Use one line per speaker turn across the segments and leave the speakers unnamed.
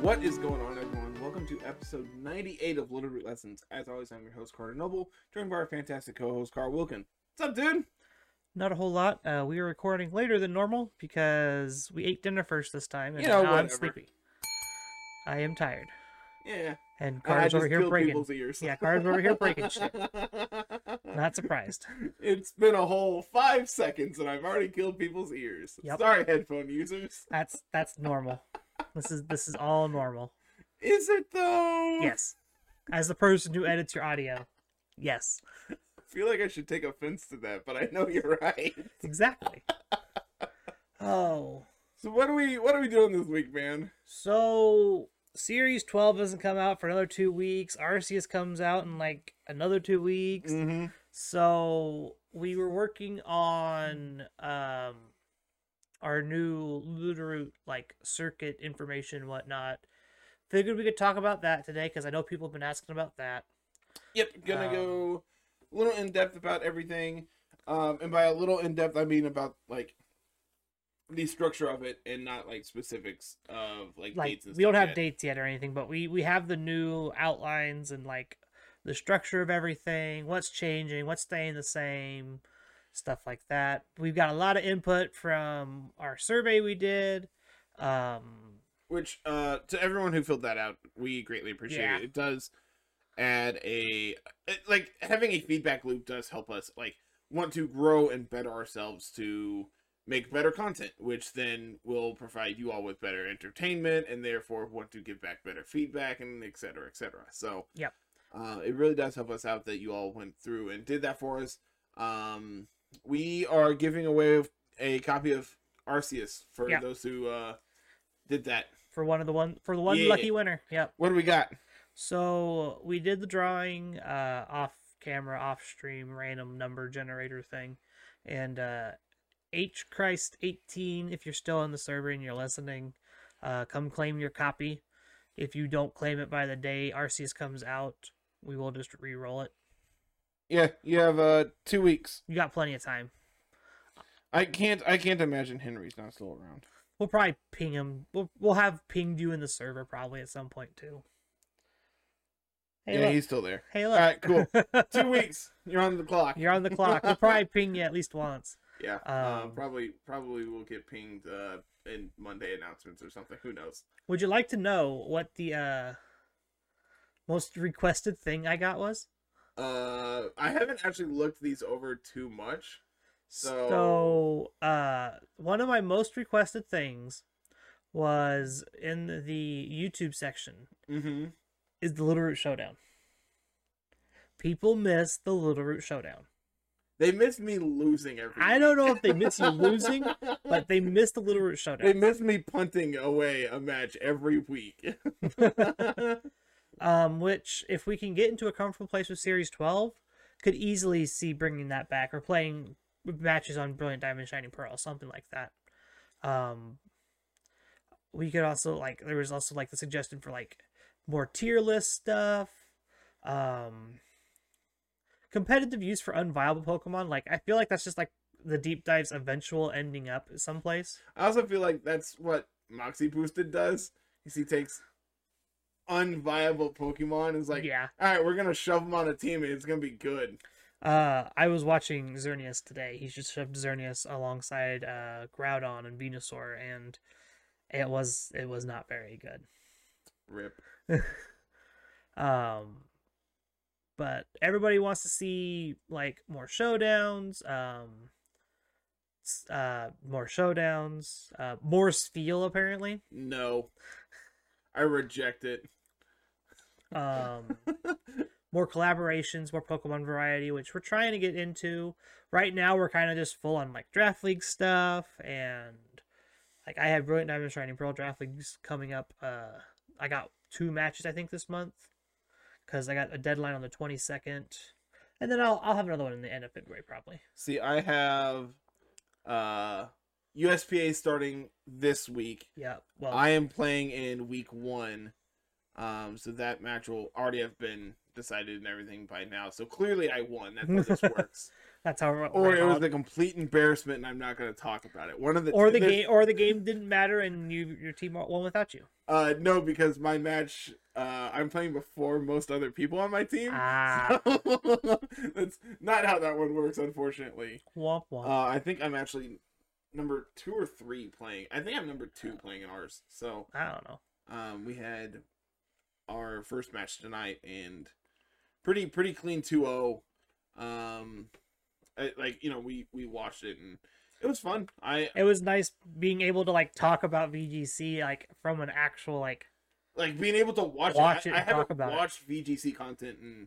What is going on, everyone? Welcome to episode 98 of Little Root Lessons. As always, I'm your host, Carter Noble, joined by our fantastic co host, Carl Wilkin. What's up, dude?
Not a whole lot. Uh, we are recording later than normal because we ate dinner first this time, and
You know,
now I'm
whatever.
sleepy. I am tired,
Yeah.
and
I- I
Carter's
just
over here
killed
breaking.
people's ears.
Yeah, Carter's over here breaking shit. Not surprised.
It's been a whole five seconds and I've already killed people's ears.
Yep.
Sorry, headphone users.
That's that's normal. This is this is all normal.
Is it though?
Yes, as the person who edits your audio, yes,
I feel like I should take offense to that, but I know you're right.
exactly. Oh,
So what are we what are we doing this week, man?
so series twelve doesn't come out for another two weeks. Arceus comes out in like another two weeks.
Mm-hmm.
So we were working on um our new Ludaroot like circuit information whatnot. Figured we could talk about that today because I know people have been asking about that.
Yep, gonna
Um,
go a little in depth about everything. Um, and by a little in depth, I mean about like the structure of it and not like specifics of like,
Like
dates. And
we don't
stuff
have
yet.
dates yet or anything, but we we have the new outlines and like the structure of everything, what's changing, what's staying the same, stuff like that. We've got a lot of input from our survey we did. Um
Which, uh, to everyone who filled that out, we greatly appreciate
Yeah.
it. It does add a it, like having a feedback loop does help us like want to grow and better ourselves to make better content, which then will provide you all with better entertainment and therefore want to give back better feedback and et cetera, et cetera. So,
Yep.
uh, it really does help us out that you all went through and did that for us. Um, we are giving away a copy of Arceus for
Yeah.
those who uh did that.
for one of the one for the one
Yeah.
lucky winner. Yep.
What do we got?
So we did the drawing uh, off camera, off stream, random number generator thing, and uh, H Christ eighteen. If you're still on the server and you're listening, uh, come claim your copy. If you don't claim it by the day Arceus comes out, we will just re-roll it.
Yeah, you have uh two weeks.
You got plenty of time.
I can't I can't imagine Henry's not still around.
We'll probably ping him. We'll we'll have pinged you in the server probably at some point too. Hey,
yeah,
look.
he's still there.
hey, look.
Alright, cool. two weeks. You're on the clock.
You're on the clock. We'll probably ping you at least once.
Yeah. uh,
Um,
probably probably will get pinged uh in Monday announcements or something. Who knows?
Would you like to know what the uh, most requested thing I got was?
Uh I haven't actually looked these over too much.
So, uh, one of my most requested things was in the YouTube section
Mm-hmm.
is the Little Root Showdown. People miss the Little Root Showdown.
They miss me losing every
I don't know if they miss you losing, but they miss the Little Root Showdown.
they miss me punting away a match every week.
um, which if we can get into a comfortable place with Series 12, could easily see bringing that back or playing matches on Brilliant Diamond, Shining Pearl, something like that. Um, we could also like there was also like the suggestion for like more tier list stuff, um, competitive use for unviable Pokemon. Like I feel like that's just like the deep dive's eventual ending up someplace.
I also feel like that's what Moxie Boosted does. Is he takes unviable Pokemon and is like,
yeah.
all right, we're gonna shove them on a team and it's gonna be good.
Uh, I was watching Xerneas today. He just shoved Xerneas alongside uh, Groudon and Venusaur, and it was it was not very good.
Rip.
Um, but everybody wants to see like more showdowns, um, s- uh, more showdowns, uh, more Steel apparently.
No, I reject it.
um more collaborations more pokemon variety which we're trying to get into right now we're kind of just full on like draft league stuff and like i have brilliant diamond shining pearl draft leagues coming up uh i got two matches i think this month because i got a deadline on the 22nd and then i'll, I'll have another one in the end of february probably
See, I have uh USPA starting this week.
yeah well
I am playing in week one. Um, so that match will already have been decided and everything by now. So clearly I won. That's how this works.
that's how we're-
Or
right
it was
on.
a complete embarrassment, and I'm not going to talk about it. One of the
or the
there's-
game or the game didn't matter and you your team won without you
Uh, no, because my match, uh, I'm playing before most other people on my team.
Ah,
So, that's not how that one works, unfortunately.
womp womp.
Uh, I think I'm actually number two or three playing. I think I'm number two playing in ours. So
I don't know.
um, we had our first match tonight and pretty pretty clean 2-0. Um, I, like you know we we watched it and it was fun. I
It was nice being able to like talk about VGC like from an actual like
like being able to watch,
Watch
it.
it
I, I
and talk
haven't
about it.
watched VGC content in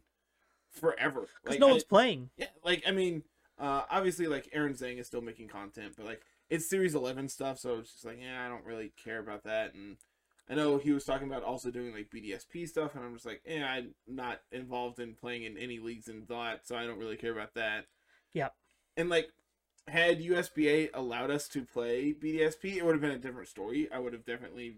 forever.
because
Like
no
I-
one's playing.
Yeah, like I mean, uh, obviously, like Aaron Zhang is still making content, but like it's Series Eleven stuff, so it's just like, yeah, I don't really care about that. And I know he was talking about also doing like BDSP stuff, and I'm just like, yeah, I'm not involved in playing in any leagues in that, so I don't really care about that.
Yep.
And like, had USBA allowed us to play BDSP, it would have been a different story. I would have definitely,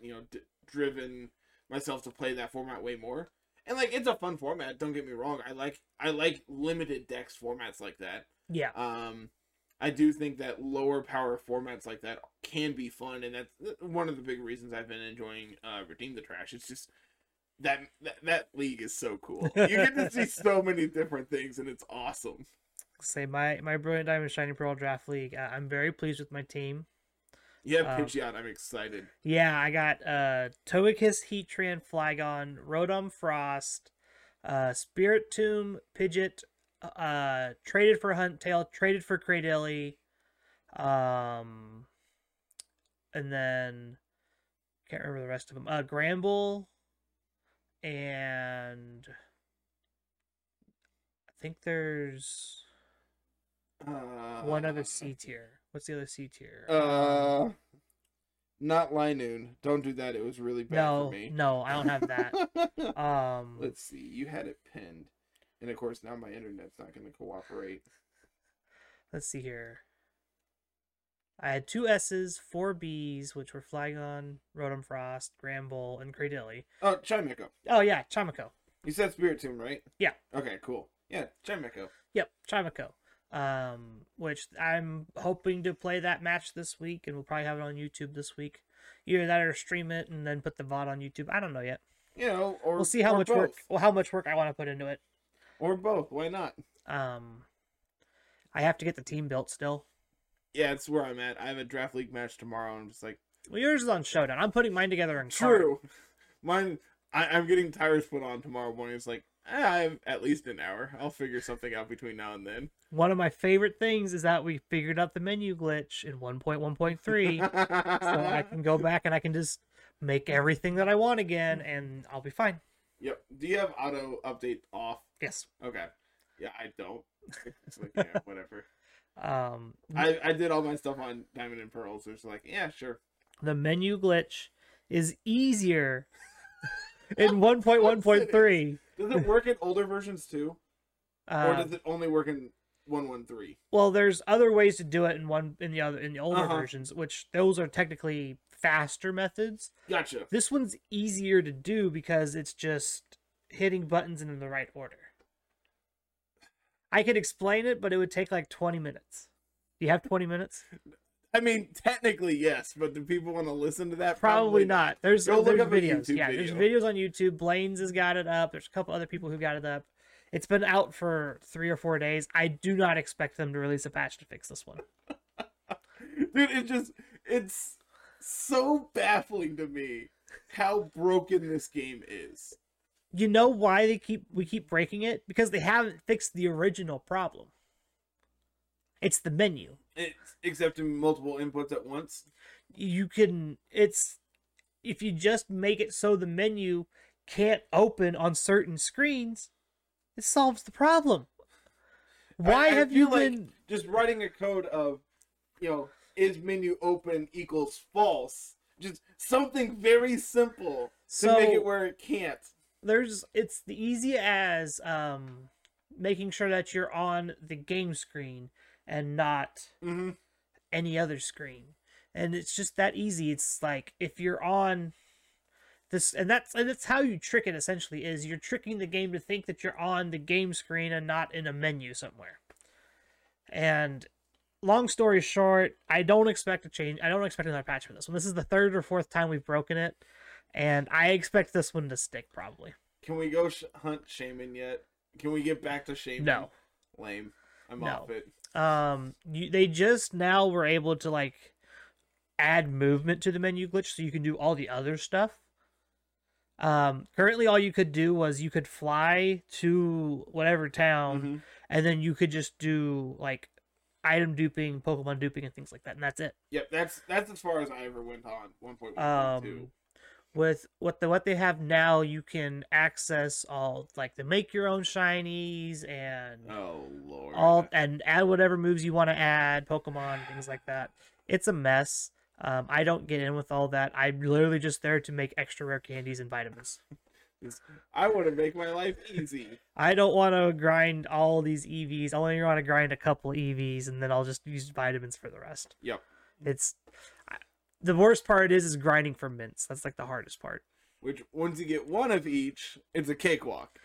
you know, d- driven myself to play that format way more. And like, it's a fun format. Don't get me wrong. I like I like limited decks formats like that.
Yeah,
Um, I do think that lower power formats like that can be fun, and that's uh, one of the big reasons I've been enjoying uh, Redeem the Trash. It's just that that, that league is so cool. You get to see so many different things, and it's awesome.
say my my brilliant diamond shiny pearl draft league. Uh, I'm very pleased with my team.
Yeah,
Um,
Pidgeot, I'm excited.
Yeah, I got uh Togekiss, Heatran, Flygon, Rotom, Frost, uh Spirit Tomb, Pidgeot, uh traded for Huntail, traded for Cradilly, um and then can't remember the rest of them. Uh Gramble and I think there's
Uh,
one other C tier. What's the other C tier?
Uh, not Linoon. Don't do that. It was really bad
no,
for me.
no, I don't have that.
that.
Um
Let's see. You had it pinned, and of course now my internet's not going to cooperate.
let's see here. I had two S's, four B's, which were Flygon, Rotom Frost, Gramble, and Cradilly.
Oh, Chime Echo.
Oh yeah, Chimico.
You said Spirit Tomb, right?
Yeah.
Okay, cool. Yeah, Chime Echo.
Yep, Chimico. Um, which I'm hoping to play that match this week, and we'll probably have it on YouTube this week. Either that or stream it and then put the VOD on YouTube. I don't know yet.
You know, or
We'll see how
or
much
both.
work well how much work I want to put into it.
or both. Why not?
Um I have to get the team built still.
Yeah, that's where I'm at. I have a draft league match tomorrow. I'm just like
Well yours is on Showdown. I'm putting mine together in card.
true. Mine. I, I'm getting tires put on tomorrow morning. It's like "Ah, I have at least an hour. I'll figure something out between now and then.
One of my favorite things is that we figured out the menu glitch in 1.1.3, so I can go back and I can just make everything that I want again, and I'll be fine.
Yep. Do you have auto update off?
Yes.
Okay. Yeah, I don't. It's like, yeah, whatever.
Um,
I, I did all my stuff on Diamond and Pearls. So it's like, yeah, sure.
the menu glitch is easier in 1.1.3.
Does it work in older versions too? or
Uh,
does it only work in 113?
well, there's other ways to do it in one in the other in the older
Uh-huh.
versions, which those are technically faster methods.
Gotcha.
This one's easier to do because it's just hitting buttons in the right order. I could explain it, but it would take like 20 minutes. Do you have 20 minutes?
I mean, technically, yes, but do people want to listen to that?
Probably, not. There's,
Go look
there's
up a
videos.
YouTube
yeah,
video.
there's videos on YouTube. Blaine's has got it up. There's a couple other people who got it up. It's been out for three or four days. I do not expect them to release a patch to fix this one.
Dude, it just, it's so baffling to me how broken this game is.
You know why they keep we keep breaking it? Because they haven't fixed the original problem. It's the menu.
It's accepting multiple inputs at once.
you can it's if you just make it so the menu can't open on certain screens it solves the problem
I-
why
I
have you
feel like
been
just writing a code of, you know, is menu open equals false? Just something very simple to make
So-
it where it can't.
there's it's the easy as um making sure that you're on the game screen and not
Mm-hmm.
any other screen and it's just that easy it's like if you're on this and that's and that's how you trick it essentially is you're tricking the game to think that you're on the game screen and not in a menu somewhere and long story short i don't expect a change i don't expect another patch for this one this is the third or fourth time we've broken it and I expect this one to stick probably.
Can we go sh- hunt Shaman yet? Can we get back to Shaman?
No.
Lame. I'm
No.
off it.
Um, you, they just now were able to like add movement to the menu glitch, so you can do all the other stuff. Um, currently, all you could do was you could fly to whatever town,
Mhm.
and then you could just do like item duping, Pokemon duping, and things like that, and that's it.
Yep, that's that's as far as I ever went on. One point one two.
um with what the what they have now you can access all like the make your own shinies and
Oh lord.
all and add whatever moves you want to add pokemon things like that it's a mess um, i don't get in with all that i'm literally just there to make extra rare candies and vitamins
I want to make my life easy.
i don't want to grind all these evs i only want to grind a couple evs and then i'll just use vitamins for the rest
Yep.
it's I, the worst part is is grinding for mints that's like the hardest part
Which once you get one of each, it's a cakewalk.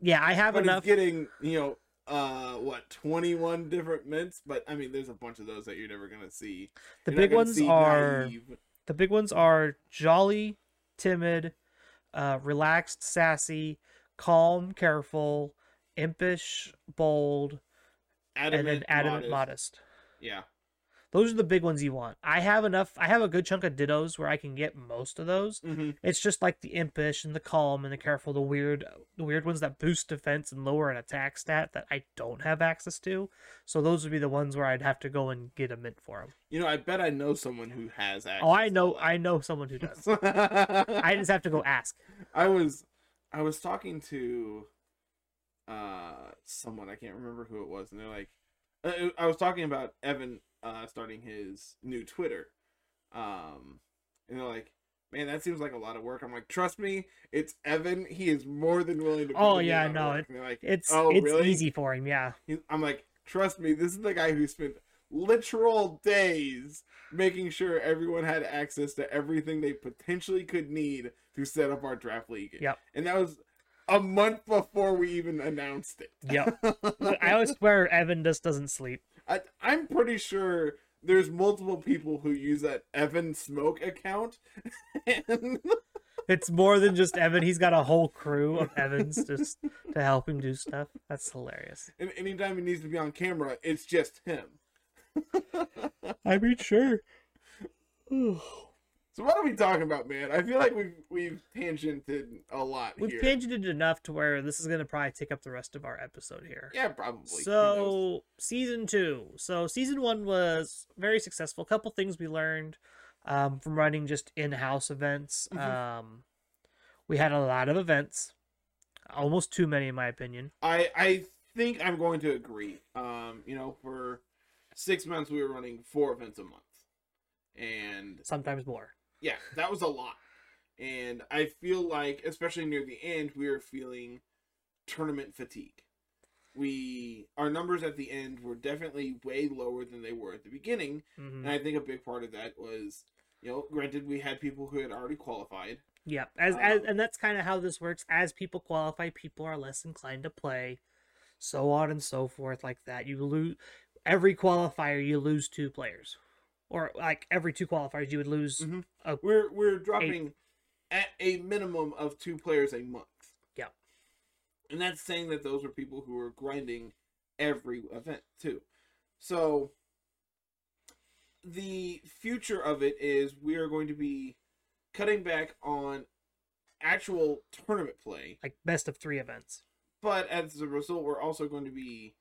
yeah i have
But
enough
it's getting you know uh what 21 different mints but i mean there's a bunch of those that you're never gonna see
The
You're not
big
gonna
ones
see
are
Naive.
the big ones are jolly, timid, uh, relaxed, sassy, calm, careful, impish, bold,
adamant,
and then adamant, modest.
yeah
Those are the big ones you want. I have enough. I have a good chunk of dittos where I can get most of those.
hmm
It's just like the impish and the calm and the careful, the weird, the weird ones that boost defense and lower an attack stat that I don't have access to. So those would be the ones where I'd have to go and get a mint for them.
you know i bet i know someone who has access
Oh, I know, I know someone who does.
I,
I just have to go ask.
I was i was talking to uh someone i can't remember who it was and they're like I- i was talking about evan uh starting his new twitter um and they're like man that seems like a lot of work i'm like trust me it's evan he is more than willing to put
Oh,
in the
yeah,
amount of
no,
work."
it-
And they're like
It's
Oh,
it's
really?
easy for him, yeah.
He- I'm like, trust me, this is the guy who spent literal days making sure everyone had access to everything they potentially could need to set up our draft league.
Yep.
And that was a month before we even announced it.
Yep. I always swear Evan just doesn't sleep.
I, I'm pretty sure there's multiple people who use that Evan Smoke account. and
It's more than just Evan. He's got a whole crew of Evans just to help him do stuff. That's hilarious.
and anytime he needs to be on camera, it's just him.
I mean, sure.
So what are we talking about, man? I feel like we've we've tangented a lot
We've
here.
tangented enough to where this is going to probably take up the rest of our episode here.
yeah, probably. Who knows?
So season two. So season one was very successful. A couple things we learned um, from running just in-house events.
Mhm.
Um, we had a lot of events, almost too many in my opinion.
I I think I'm going to agree. Um, you know, for six months we were running four events a month, and
Sometimes more.
yeah, that was a lot. And I feel like, especially near the end, we were feeling tournament fatigue. We our numbers at the end were definitely way lower than they were at the beginning,
hmm
and I think a big part of that was, you know, granted we had people who had already qualified.
Yeah, as, as
Um,
and that's kind of how this works. As people qualify, people are less inclined to play, so on and so forth, like that. You lose every qualifier, you lose two players, or like every two qualifiers, you would lose.
Mhm. We're we're dropping at a minimum of two players a month.
Yep.
And that's saying that those are people who are grinding every event too. So the future of it is we are going to be cutting back on actual tournament play,
like best of three events.
but as a result, we're also going to be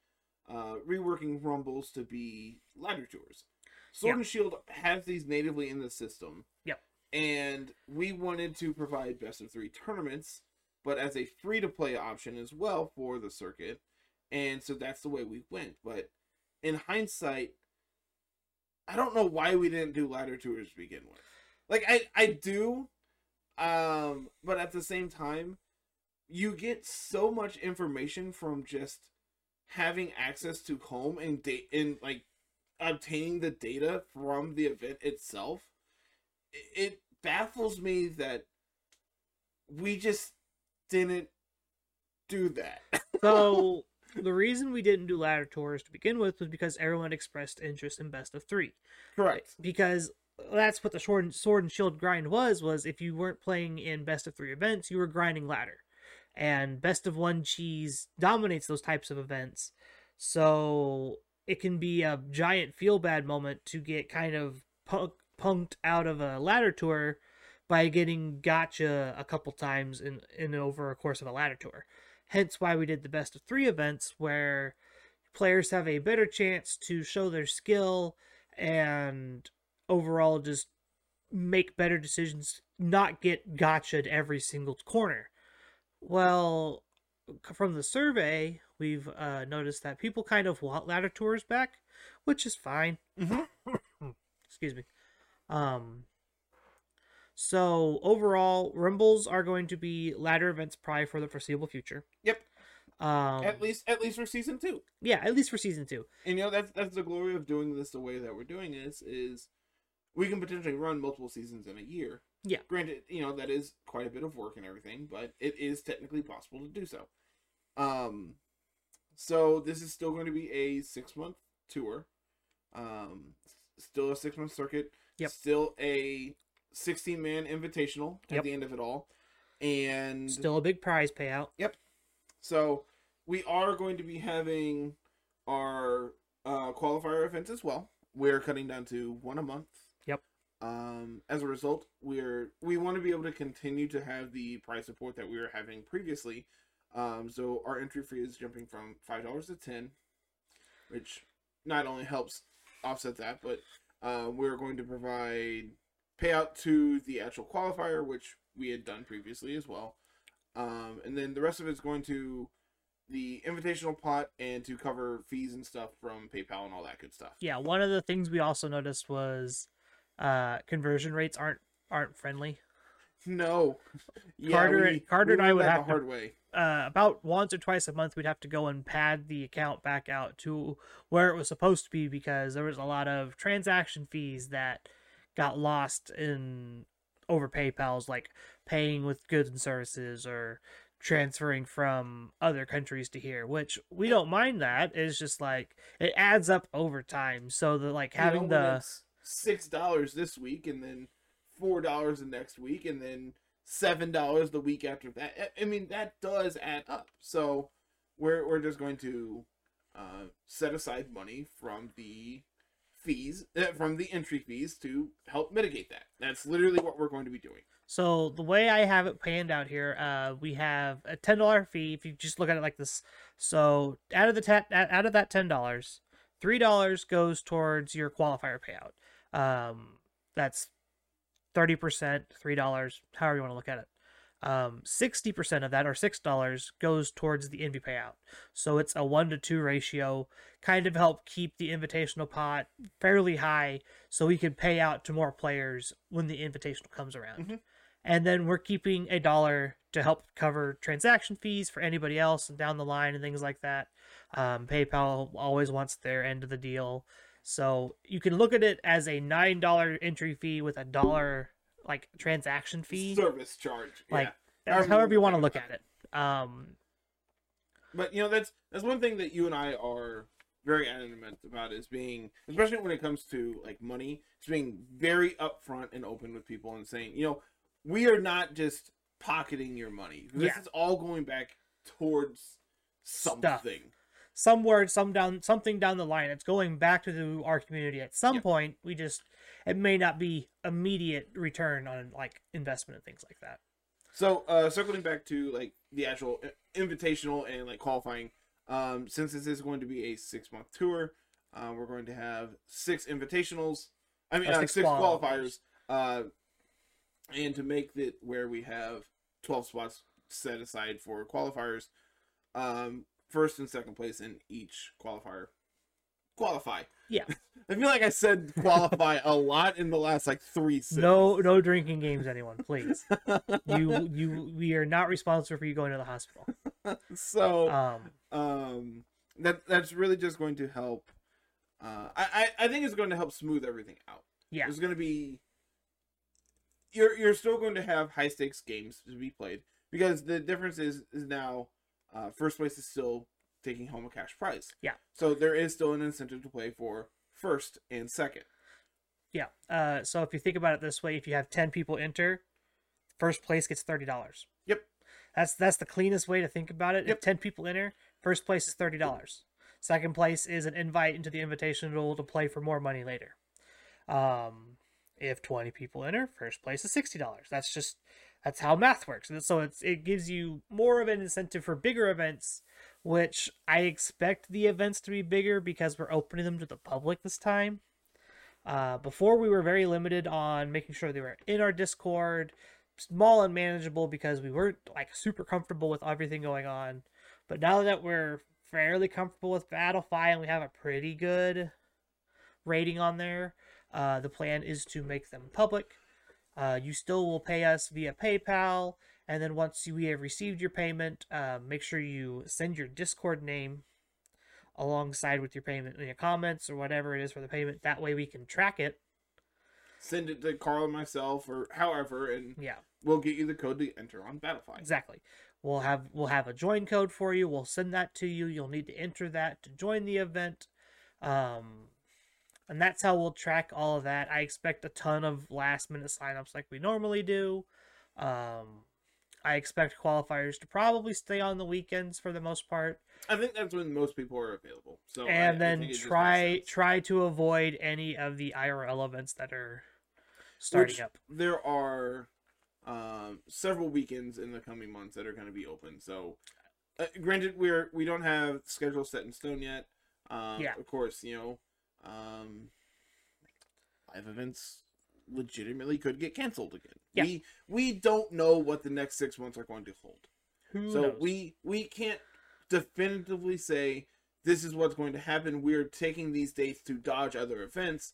uh, reworking rumbles to be ladder tours. Sword
Yep.
and Shield has these natively in the system.
Yep.
And we wanted to provide best of three tournaments, but as a free to play option as well for the circuit. And so that's the way we went. But in hindsight, I don't know why we didn't do ladder tours to begin with. Like I, I do, um, but at the same time, you get so much information from just having access to home and date and like obtaining the data from the event itself i- it baffles me that we just didn't do that
So the reason we didn't do ladder tours to begin with was because everyone expressed interest in best of three.
correct
Because that's what the sword and, sword and shield grind was was if you weren't playing in best of three events you were grinding ladder and best of one cheese dominates those types of events so it can be a giant feel bad moment to get kind of punk, punked out of a ladder tour by getting gotcha a couple times in, in over a course of a ladder tour hence why we did the best of three events where players have a better chance to show their skill and overall just make better decisions, not get gotcha'd every single corner. Well, from the survey, we've uh, noticed that people kind of want ladder tours back, which is fine.
Mm-hmm.
Excuse me. Um, so overall, Rumbles are going to be ladder events probably for the foreseeable future.
Yep.
Um,
at least, at least for season two.
yeah, at least for season two.
And you know that's that's the glory of doing this the way that we're doing this is we can potentially run multiple seasons in a year.
Yeah.
Granted, you know that is quite a bit of work and everything, but it is technically possible to do so. Um, so this is still going to be a six month tour. Um, s- still a six month circuit.
Yep.
Still a sixteen man invitational at
Yep.
the end of it all, and
Still a big prize payout.
so we are going to be having our uh, qualifier events as well. We're cutting down to one a month.
Yep.
Um, as a result, we're we want to be able to continue to have the price support that we were having previously. Um, so our entry fee is jumping from five dollars to ten, which not only helps offset that, but uh, we're going to provide payout to the actual qualifier, which we had done previously as well. Um, and then the rest of it's going to the invitational pot and to cover fees and stuff from PayPal and all that good stuff.
yeah one of the things we also noticed was uh conversion rates aren't aren't friendly
No, yeah,
Carter- Carter and I
learned
would
that
have
the
to-
hard way.
uh about once or twice a month we'd have to go and pad the account back out to where it was supposed to be because there was a lot of transaction fees that got lost in over paypal's like paying with goods and services or transferring from other countries to here which we don't mind that it's just like it adds up over time so the like
You know,
having
when
the
it's six dollars this week and then four dollars the next week and then seven dollars the week after that. I- I mean that does add up. So we're we're just going to uh, set aside money from the fees uh, from the entry fees to help mitigate that. That's literally what we're going to be doing.
So the way I have it panned out here, uh, we have a ten dollar fee if you just look at it like this. So out of the ta- out of that ten dollars, three dollars goes towards your qualifier payout. Um, that's thirty percent, three dollars, however you want to look at it. Um, sixty percent of that, or six dollars, goes towards the envy payout. So it's a one to two ratio, kind of help keep the invitational pot fairly high, so we can pay out to more players when the invitational comes around
Mhm.
and then we're keeping a dollar to help cover transaction fees for anybody else down the line and things like that. Um, PayPal always wants their end of the deal, so you can look at it as a nine dollar entry fee with a dollar like transaction fee,
Service charge.
like
yeah.
that's
however you
however you
wanna
want to
think
look
about
at it. Um,
But you know, that's that's one thing that you and I are very adamant about is being, especially when it comes to like money, is being very upfront and open with people and saying, you know, we are not just pocketing your money. This
Yeah.
is all going back towards
Stuff.
something.
somewhere some down something down the line it's going back to the, our community at some
Yeah.
point we just it may not be immediate return on like investment and things like that
So, uh, circling back to like the actual i- invitational and like qualifying, um, since this is going to be a six month tour, uh, we're going to have six invitationals. I mean,
Uh,
uh,
six
six,
qualifiers.
qualifiers. Uh, and to make it where we have twelve spots set aside for qualifiers, um, first and second place in each qualifier. Qualify.
Yeah.
I feel like I said qualify a lot in the last like three. Six.
no no drinking games anyone please you you we are not responsible for you going to the hospital
So.
um
um that that's really just going to help uh I, I i think it's going to help smooth everything out
yeah
there's going to be you're you're still going to have high stakes games to be played because the difference is is now uh first place is still taking home a cash prize
Yeah.
so there is still an incentive to play for first and second
Yeah. Uh, so if you think about it this way, if you have ten people enter, first place gets thirty dollars.
Yep.
That's that's the cleanest way to think about it.
Yep.
If ten people enter, first place is thirty dollars. Second place is an invite into the invitational to play for more money later. Um, if twenty people enter, first place is sixty dollars. That's just that's how math works. And so it's it gives you more of an incentive for bigger events, which I expect the events to be bigger because we're opening them to the public this time. Uh, before we were very limited on making sure they were in our Discord, small and manageable because we weren't like super comfortable with everything going on. But now that we're fairly comfortable with Battlefy and we have a pretty good rating on there, uh, the plan is to make them public. Uh, you still will pay us via PayPal, and then once you- we have received your payment, uh, make sure you send your Discord name alongside with your payment in your comments or whatever it is for the payment. That way we can track it.
Send it to Carl and myself, or however, and
Yeah.
we'll get you the code to enter on Battlefy.
Exactly. We'll have we'll have a join code for you. We'll send that to you. You'll need to enter that to join the event. Um and that's how we'll track all of that. I expect a ton of last minute signups like we normally do. Um I expect qualifiers to probably stay on the weekends for the most part
I think that's when most people are available. So I-
and
I
then
think it just makes
try
sense.
try to avoid any of the IRL events that are starting
Which-
up.
There are um, several weekends in the coming months that are going to be open. So, uh, granted, we're we don't have schedules set in stone yet. Um,
Yeah.
Of course, you know, um, live events legitimately could get canceled again.
Yeah.
We we don't know what the next six months are going to hold.
Who
so
knows?
we we can't definitively say this is what's going to happen we're taking these dates to dodge other events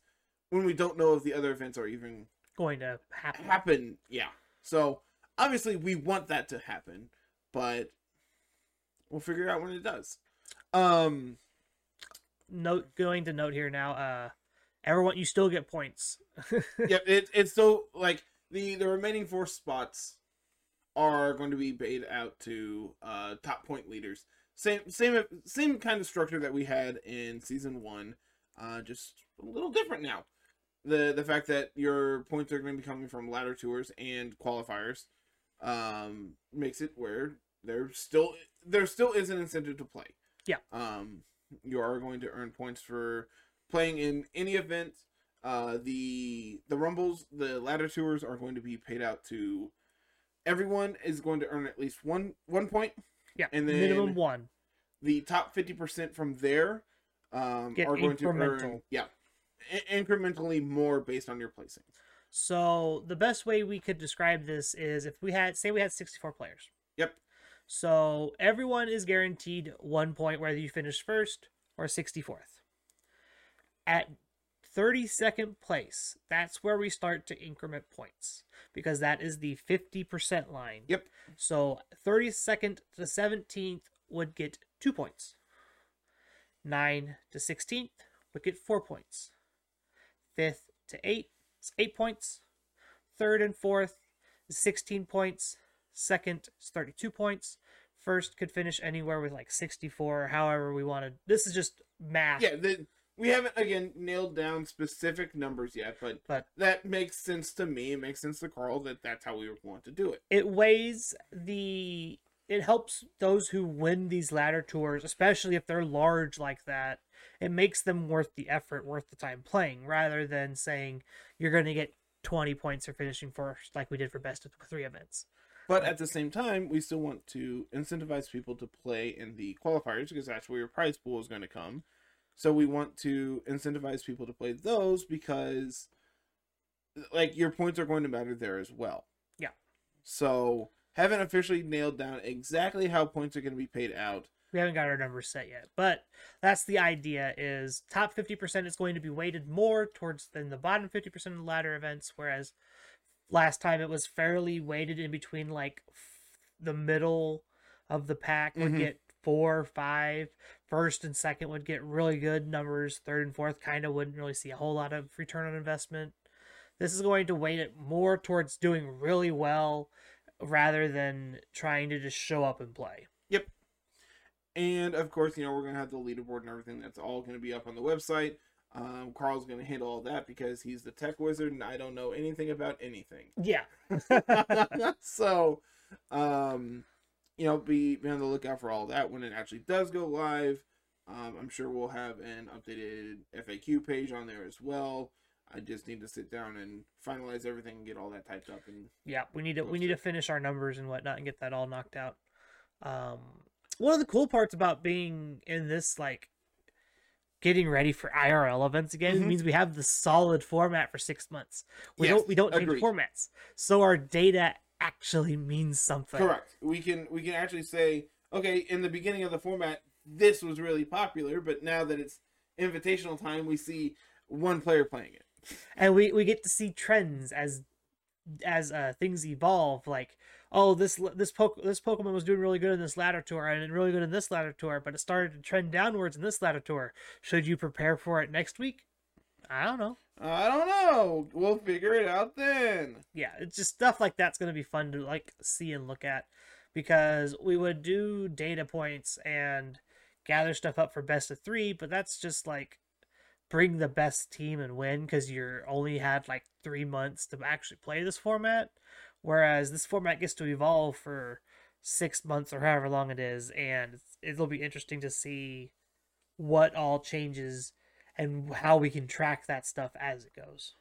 when we don't know if the other events are even
going to happen.
happen yeah so obviously we want that to happen but we'll figure out when it does um
note going to note here now uh everyone you still get points
yep it, it's so like the the remaining four spots are going to be paid out to uh top point leaders same same same kind of structure that we had in season one uh just a little different now the the fact that your points are going to be coming from ladder tours and qualifiers um makes it where there still there still is an incentive to play
Yeah.
um you are going to earn points for playing in any event uh, the the rumbles, the ladder tours are going to be paid out to everyone is going to earn at least one one point.
yeah
And
minimum
then
one
The top fifty percent from there um,
Get
are going to earn
incremental.
yeah I- incrementally more based on your placing.
so the best way we could describe this is if we had say we had 64 players
Yep.
so everyone is guaranteed one point whether you finish first or 64th at 32nd place that's where we start to increment points because that is the 50% line
Yep.
So 32nd to 17th would get two points. 9 to 16th would get four points. 5th to 8th is eight points. 3rd and 4th is 16 points. 2nd is 32 points. First could finish anywhere with like 64 or however we wanted. This is just math.
Yeah. The, we haven't again nailed down specific numbers yet, but
But
that makes sense to me. It makes sense to Carl that that's how we want to do it.
it weighs the it helps those who win these ladder tours especially if they're large like that it makes them worth the effort worth the time playing rather than saying you're going to get 20 points for finishing first like we did for best of three events
But at the same time, we still want to incentivize people to play in the qualifiers because that's where your prize pool is going to come. So we want to incentivize people to play those because, like, your points are going to matter there as well.
Yeah.
So haven't officially nailed down exactly how points are going to be paid out.
we haven't got our numbers set yet but that's the idea is top 50% is going to be weighted more towards than the bottom 50% of the ladder events whereas last time it was fairly weighted in between like f- the middle of the pack would
Mhm.
get four five first and second would get really good numbers third and fourth kind of wouldn't really see a whole lot of return on investment this is going to weight it more towards doing really well rather than trying to just show up and play
And of course, you know, we're going to have the leaderboard and everything. That's all going to be up on the website. Um, Carl's gonna handle all that because he's the tech wizard, and I don't know anything about anything.
Yeah.
so, um, you know, be, be on the lookout for all that when it actually does go live. Um, I'm sure we'll have an updated FAQ page on there as well. I just need to sit down and finalize everything and get all that typed up. And
yeah, we need to we need to finish our numbers and whatnot and get that all knocked out. Um, one of the cool parts about being in this like getting ready for IRL events again
Mhm.
means we have the solid format for six months. We
Yes,
don't we don't change
agreed.
formats, so our data actually means something.
correct, we can we can actually say, okay, in the beginning of the format, this was really popular, but now that it's invitational time, we see one player playing it.
and we we get to see trends as as uh things evolve like oh this l- this poke this pokemon was doing really good in this ladder tour and really good in this ladder tour but it started to trend downwards in this ladder tour should you prepare for it next week i don't know
I don't know. We'll figure it out then.
yeah it's just stuff like that's going to be fun to like see and look at because we would do data points and gather stuff up for best of three but that's just like bring the best team and win because you're only had like three months to actually play this format whereas this format gets to evolve for six months or however long it is and it's- it'll be interesting to see what all changes and how we can track that stuff as it goes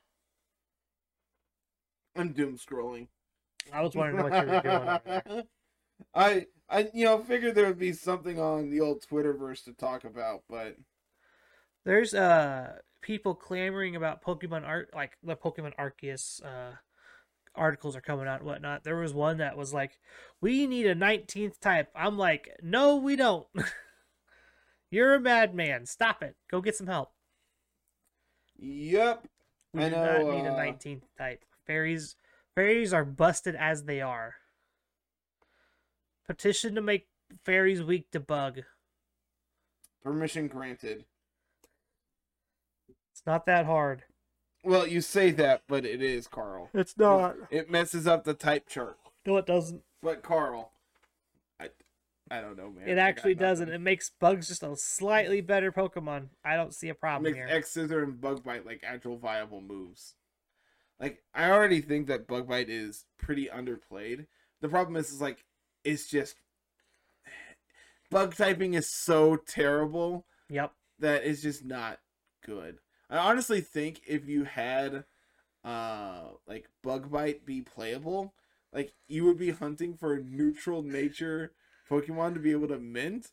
I'm doom scrolling.
i was wondering what you were doing over there.
I I you know figured there would be something on the old Twitterverse to talk about, but
There's uh people clamoring about Pokemon art, like the Pokemon Arceus uh articles are coming out and whatnot. There was one that was like, "We need a 19th type." I'm like, "No, we don't. You're a madman. Stop it. Go get some help.
yep.
We
I
do
know,
not need a
uh,
19th type. Fairies, fairies are busted as they are. Petition to make fairies weak to bug.
Permission granted.
It's not that hard.
Well, you say that, but it is Carl.
It's
It messes up the type chart.
No, it doesn't.
But Carl, I I don't know, man. I
It
got
actually doesn't.
nothing.
It makes Bugs just a slightly better Pokemon. I don't see a
It
problem
makes
here.
X Scissor and Bug Bite like actual viable moves. Like I already think that Bug Bite is pretty underplayed. The problem is, is like it's just bug typing is so terrible
Yep.
that it's just not good. I honestly think if you had uh like bug bite be playable, like you would be hunting for a neutral nature Pokemon to be able to mint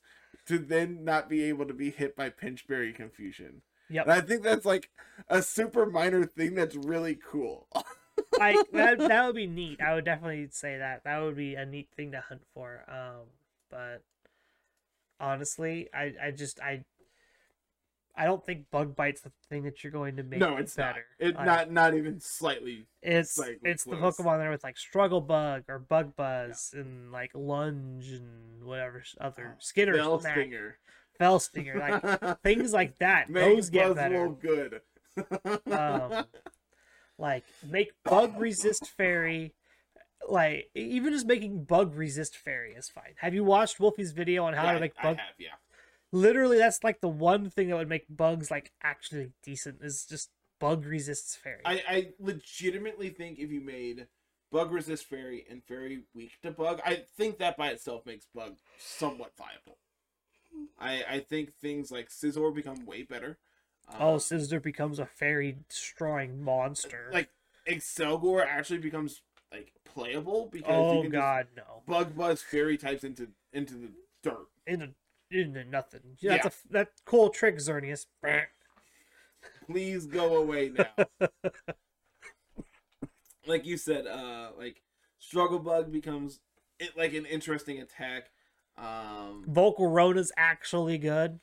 to then not be able to be hit by Pinchberry confusion. And
Yep.
I think that's like a super minor thing that's really cool.
I that that would be neat. I would definitely say that. That would be a neat thing to hunt for. Um, but honestly, I I just I I don't think bug bites the thing that you're going to make.
no, it's
better.
not. It
Like,
not not even slightly.
It's
like
it's the
close.
Pokemon there with like struggle bug or bug buzz and like lunge and whatever s- other
Oh,
skitter
Bell
smack,
stinger.
fell stinger like things like that.
Makes
those get
Buzz
better.
good.
um, like make bug resist fairy like e-, even just making bug resist fairy is fine have you watched wolfie's video on how
Yeah,
to
I-
make
I
bug
have, yeah.
literally that's like the one thing that would make bugs like actually decent is just bug resists fairy
I, I legitimately think if you made bug resist fairy and fairy weak to bug, I think that by itself makes bug somewhat viable. I I think things like Scizor become way better.
oh
Um,
scissor becomes a fairy destroying monster
like Excelgore actually becomes like playable because you
oh
can
god no
just bug buzz fairy types into into the dirt.
into into nothing
Yeah.
that's a that cool trick xerneas
Please go away now. like you said, uh, like struggle bug becomes it like an interesting attack. Um,
volcarona's actually good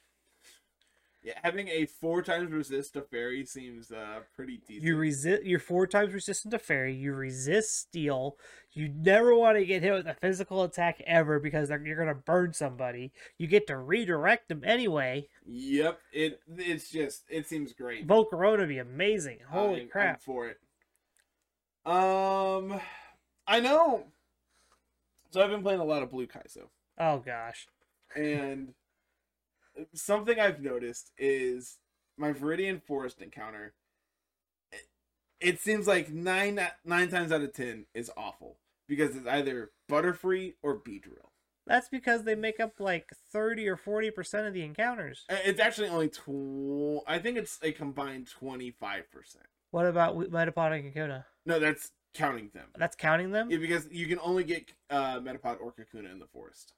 Yeah, having a four times resist to fairy seems uh pretty decent.
You resist. You're four times resistant to fairy. You resist steel. You never want to get hit with a physical attack ever because they're, you're gonna burn somebody. You get to redirect them anyway.
yep, it it's just it seems great.
Volcarona would be amazing. Holy
I'm- I'm
crap!
for it. Um, I know. So I've been playing a lot of Blue Kaizo,
Oh gosh.
and something I've noticed is my Viridian Forest encounter, it, it seems like nine nine times out of ten is awful because it's either Butterfree or Beedrill.
That's because they make up like 30 or 40% of the encounters.
Uh, It's actually only tw- I think it's a combined twenty five percent.
What about Wheat- Metapod and Kakuna?
No, that's counting them.
That's counting them?
Yeah, because you can only get uh, Metapod or Kakuna in the forest.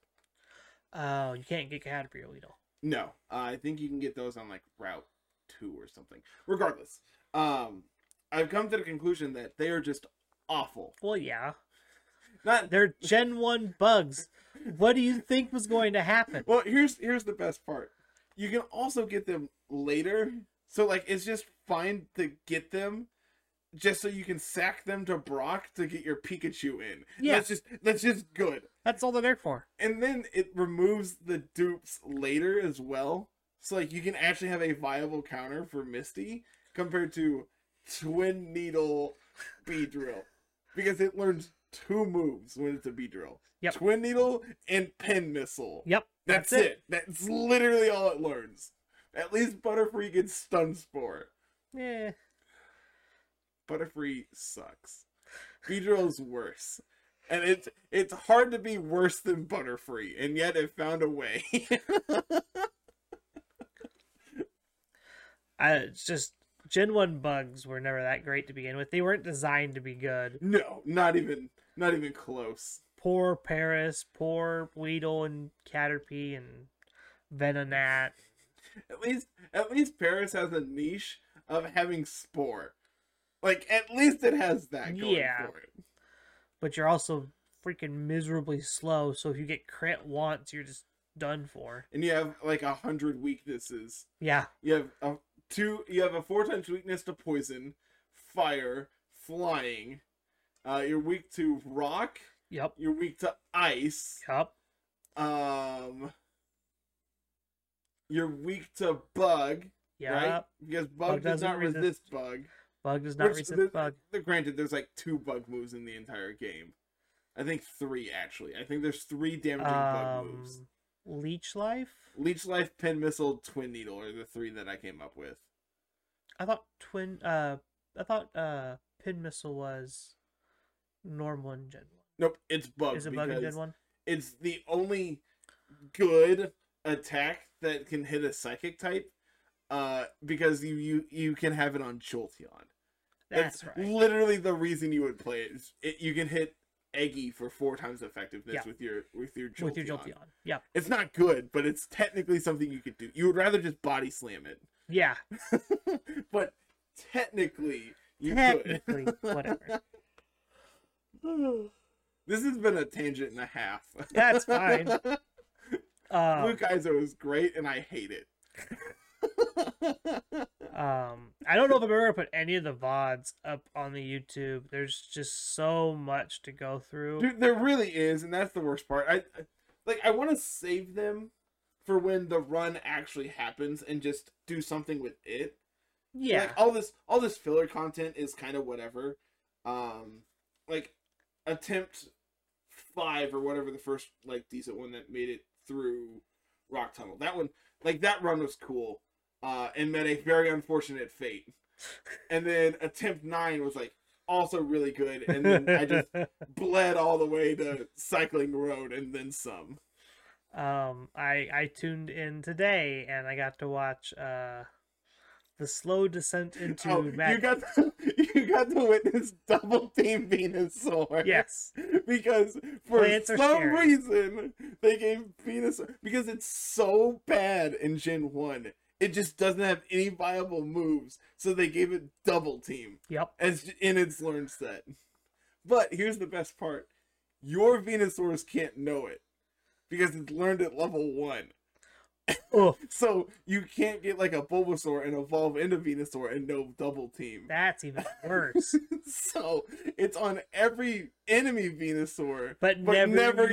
Oh, you can't get Caterpie or Weedle.
No, uh, I think you can get those on like Route Two or something. Regardless, um, I've come to the conclusion that they are just awful.
Well, yeah.
Not
They're Gen 1 bugs. What do you think was going to happen?
well. Here's here's the best part. You can also get them later. So like, it's just fine to get them, just so you can sack them to Brock to get your Pikachu in.
Yeah.
that's just that's just good.
That's all they're there for.
and then it removes the dupes later as well. So like you can actually have a viable counter for Misty compared to Twin Needle B Drill. Because it learns two moves when it's a B drill.
Yep.
Twin Needle and Pen Missile.
Yep.
That's, it. That's literally all it learns. At least Butterfree gets stun spore.
Yeah.
Butterfree sucks. Beedrill's worse. And it's it's hard to be worse than Butterfree, and yet it found a way.
I, it's just Gen 1 bugs were never that great to begin with. They weren't designed to be good.
no, not even not even close.
Poor Paris, poor Weedle and Caterpie and Venonat.
At least at least Paris has a niche of having spore. Like at least it has that going
Yeah.
for it.
But you're also freaking miserably slow, so if you get crit once, you're just done for.
And you have like a hundred weaknesses.
Yeah.
You have a two. You have a four times weakness to poison, fire, flying. Uh, you're weak to rock.
Yep.
You're weak to ice.
Yep.
Um, you're weak to bug,
Yep.
right? Because bug,
Bug
does
doesn't
not resist,
resist
bug.
Bug does not
Which
resist
there-
bug.
there- Granted, there's like two bug moves in the entire game. I think three actually. I think there's three damaging bug
Um,
moves.
leech life.
Leech life, pin missile, twin needle are the three that I came up with.
I thought twin. Uh, I thought uh, pin missile was normal and gen
Nope, it's
one.
bug.
Is it bug and
because-
gen one?
it's the only good attack that can hit a psychic type uh because you you you can have it on jolteon
That's right.
literally the reason you would play it, is it you can hit eggy for four times effectiveness
Yeah.
with your with your jolteon.
With your Jolteon. Yep.
it's not good but it's technically something you could do you would rather just body slam it
Yeah.
but technically you could
Technically, whatever.
this has been a tangent and a half
That's fine. Um,
Blue Kaiser was great, and I hate it.
Um, I don't know if I'm ever gonna put any of the vods up on the YouTube. There's just so much to go through.
Dude, there really is, and that's the worst part. I I- like. I want to save them for when the run actually happens, and just do something with it.
yeah,
Like all this, all this filler content is kind of whatever. Um, like attempt five or whatever the first like decent one that made it through Rock Tunnel. That one, like that run was cool. Uh, and met a very unfortunate fate. And then attempt nine was like also really good. And then I just bled all the way to cycling road and then some.
um, I I tuned in today and I got to watch uh, the slow descent into
Oh, you
madness.
got to, you got to witness double team Venusaur.
yes,
Because for
Plants are
some
shared.
reason they gave Venusaur because it's so bad in Gen 1. It just doesn't have any viable moves, so they gave it double team
yep,
as in its learn set. But here's the best part. Your Venusaurs can't know it because it's learned at level 1.
oh,
So you can't get like a Bulbasaur and evolve into Venusaur and no double team.
that's even worse.
so it's on every enemy Venusaur.
But,
But
never,
never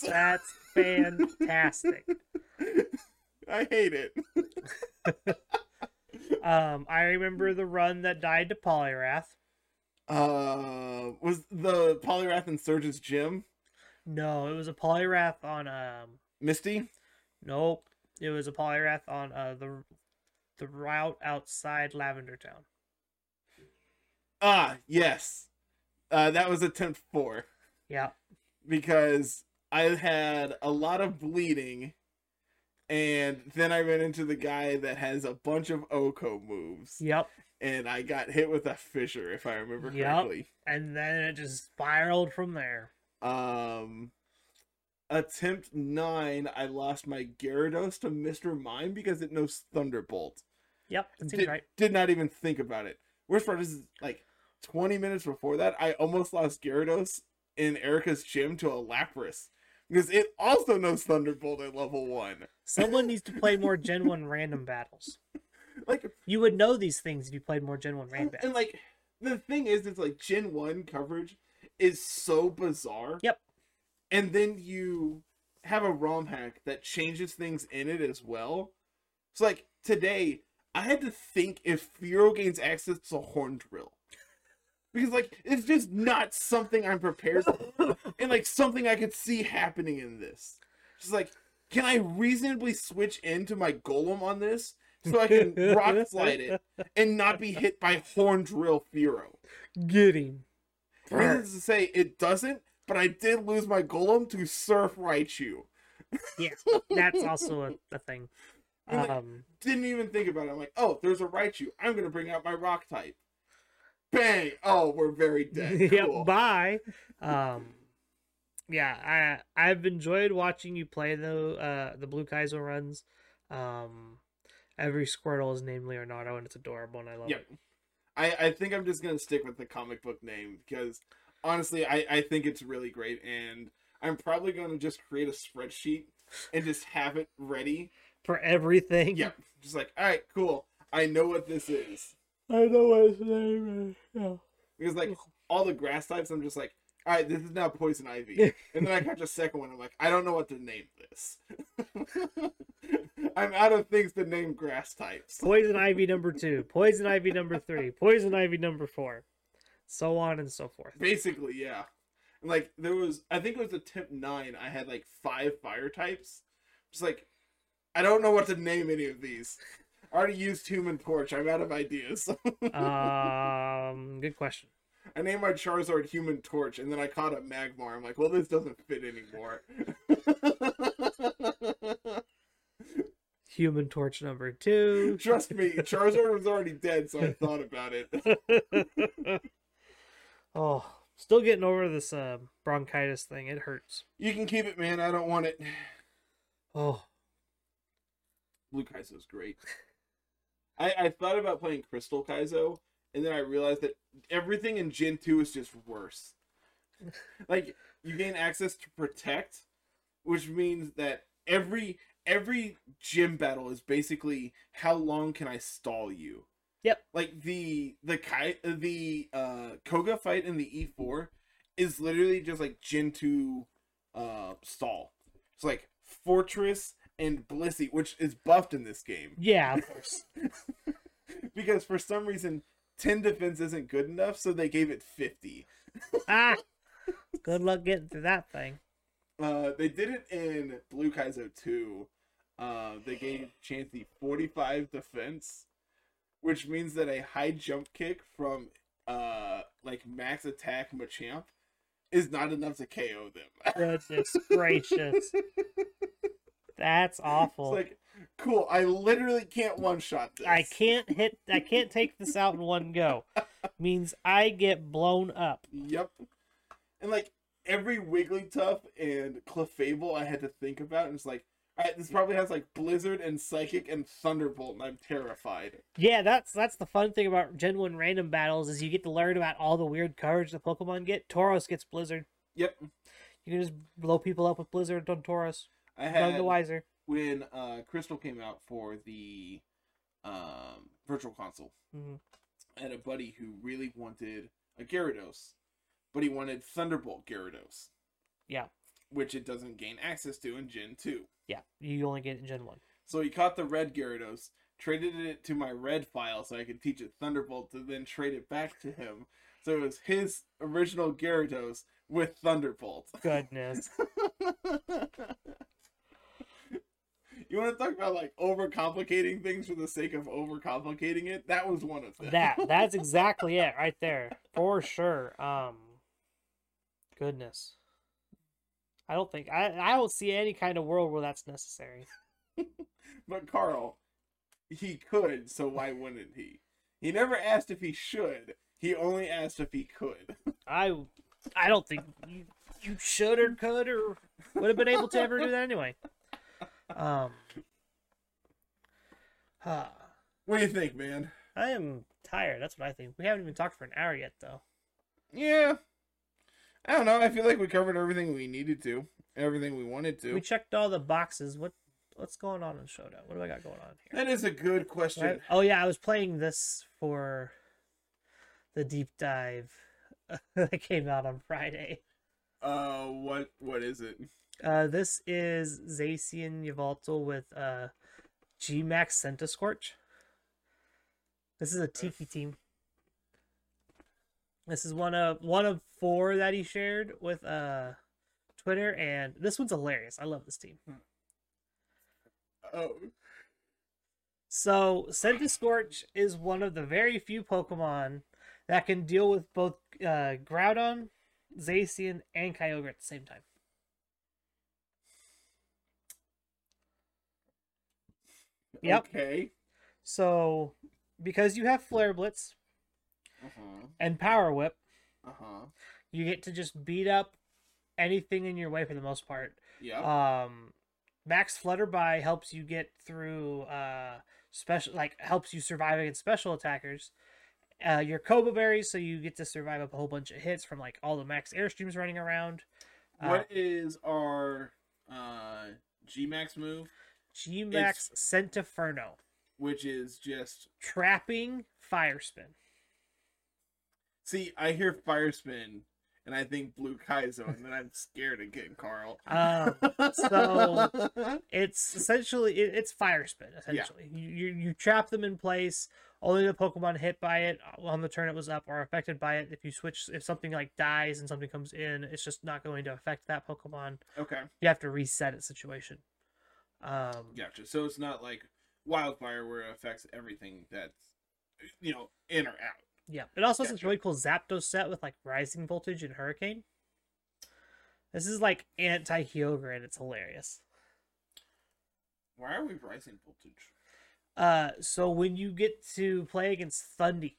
yours.
That's fantastic.
I hate it.
um, I remember the run that died to Polyrath.
Uh, was the Polyrath and Surge's gym
No, it was a Polyrath on um.
Misty?
Nope. It was a polyrath on uh the the route outside Lavender Town.
Ah, yes. Uh, that was attempt four
Yeah.
because I had a lot of bleeding, and then I ran into the guy that has a bunch of Oko moves,
Yep.
and I got hit with a fissure, if I remember
Yep.
correctly.
And then it just spiraled from there.
Um, attempt nine, I lost my Gyarados to Mr. Mime because it knows Thunderbolt.
Yep. That seems
did,
right.
did not even think about it. Worst part is like 20 minutes before that, I almost lost Gyarados in Erica's gym to a Lapras because it also knows Thunderbolt at level one.
Someone needs to play more Gen 1 random battles.
Like,
You would know these things if you played more Gen 1 random
and,
battles.
and, like the thing is, it's like Gen one coverage is so bizarre.
Yep.
And then you have a ROM hack that changes things in it as well. So like today, I had to think if Furo gains access to Horn Drill. Because like it's just not something I'm prepared for. and like something I could see happening in this. Just like, can I reasonably switch into my golem on this so I can rock slide it and not be hit by horn drill Firo?
Get him.
Needless to say, it doesn't. But I did lose my golem to Surf Raichu.
That's also a, a thing.
I'm like,
Um,
Didn't even think about it. I'm like, oh, there's a Raichu. I'm gonna bring out my Rock type. Bang! Oh, we're very dead.
yeah,
Cool.
bye. Um, yeah, I I've enjoyed watching you play the uh the Blue Kaizo runs. Um, every Squirtle is named Leonardo, and it's adorable, and I love
Yep.
it.
I, I think I'm just gonna stick with the comic book name because honestly, I, I think it's really great, and I'm probably gonna just create a spreadsheet and just have it ready.
for everything.
Yeah, just like all right, cool. I know what this is
I know what his name is. Yeah.
because like all the grass types, I'm just like, all right, this is now poison ivy, and then I catch a second one. I'm like, I don't know what to name this. I'm out of things to name grass types.
Poison Ivy number two, Poison Ivy number three, Poison Ivy number four, so on and so forth.
Basically, yeah. And like there was I think it was attempt nine, I had like five fire types. Just like I don't know what to name any of these. I already used human torch, I'm out of ideas.
um, good question.
I named my Charizard Human Torch and then I caught a Magmar. I'm like, well this doesn't fit anymore.
Human Torch number two.
Trust me, Charizard was already dead, so I thought about it.
oh, still getting over this uh, bronchitis thing. It hurts.
You can keep it, man, I don't want it.
Oh,
Blue Kaizo's great. I, I thought about playing Crystal Kaizo, and then I realized that everything in Gen 2 is just worse. like, you gain access to Protect, which means that every every gym battle is basically how long can I stall you?
Yep.
Like the the Kai the uh Koga fight in the E4 is literally just like Gen 2 uh stall. It's like Fortress and Blissey, which is buffed in this game
yeah, of course.
because for some reason 10 defense isn't good enough so they gave it 50
ah, good luck getting through that thing.
uh they did it in blue kaizo 2 uh they gave chansey 45 defense which means that a high jump kick from uh like max attack machamp is not enough to ko them
Goodness gracious. That's awful.
it's like cool i literally can't one shot this
I can't hit. I can't take this out in one go. Means I get blown up.
Yep. And like every Wigglytuff and Clefable I had to think about, and it's like, all right, this probably has like Blizzard and Psychic and Thunderbolt, and I'm terrified.
Yeah, that's that's the fun thing about Gen One random battles is you get to learn about all the weird cards the Pokemon get. Tauros gets Blizzard.
Yep.
You can just blow people up with Blizzard on Tauros.
I
None
had
the wiser.
when uh, Crystal came out for the um, Virtual Console.
Mhm.
I had a buddy who really wanted a Gyarados, but he wanted Thunderbolt Gyarados.
Yeah.
Which it doesn't gain access to in Gen two.
Yeah, you only get it in Gen One.
So he caught the red Gyarados, traded it to my red file so I could teach it Thunderbolt to then trade it back to him. So it was his original Gyarados with Thunderbolt.
Goodness.
you You want to talk about like overcomplicating things for the sake of overcomplicating it? That was one of them.
that that's exactly it right there for sure um goodness i don't think i i don't see any kind of world where that's necessary
but Carl, he could, so why wouldn't he? He never asked if he should. He only asked if he could.
i i don't think you, you should or could or would have been able to ever do that anyway um huh.
What do you think, man?
i am tired that's what i think we haven't even talked for an hour yet though
Yeah. I don't know. I feel like we covered everything we needed to, everything we wanted to.
we checked all the boxes what what's going on in showdown what do i got going on here
That is a good question.
Right? Oh yeah, I was playing this for the deep dive that came out on Friday.
Uh, what what is it?
Uh, this is Zacian Yveltal with uh, Gmax Centiscorch. This is a Tiki team. This is one of one of four that he shared with uh, Twitter, and this one's hilarious. I love this team.
Oh,
So, Scorch is one of the very few Pokemon that can deal with both uh, Groudon, Zacian, and Kyogre at the same time. Yep.
Okay.
So, because you have Flare Blitz
Uh huh.
and Power Whip,
Uh huh.
you get to just beat up anything in your way for the most part.
Yeah.
Um, Max Flutterby helps you get through uh, special, like helps you survive against special attackers. Uh, your Koba berries, so you get to survive up a whole bunch of hits from like all the Max Airstreams running around. Uh,
what is our uh Gmax move,
G Max Centiferno,
which is just
trapping fire spin.
see? I hear fire spin, and I think blue Kaizo, and then I'm scared again, Carl.
Um, so- it's essentially it, it's fire spin essentially you, you you trap them in place only the pokemon hit by it uh, on the turn it was up are affected by it if you switch if something like dies and something comes in it's just not going to affect that pokemon
okay,
you have to reset it situation um
gotcha. So it's not like wildfire where it affects everything that's you know in or out.
yeah it also has this
Gotcha.
really cool zapdos set with like rising voltage and hurricane this is like anti Kyogre and it's hilarious
Why are we rising voltage?
Uh, so when you get to play against Thundy,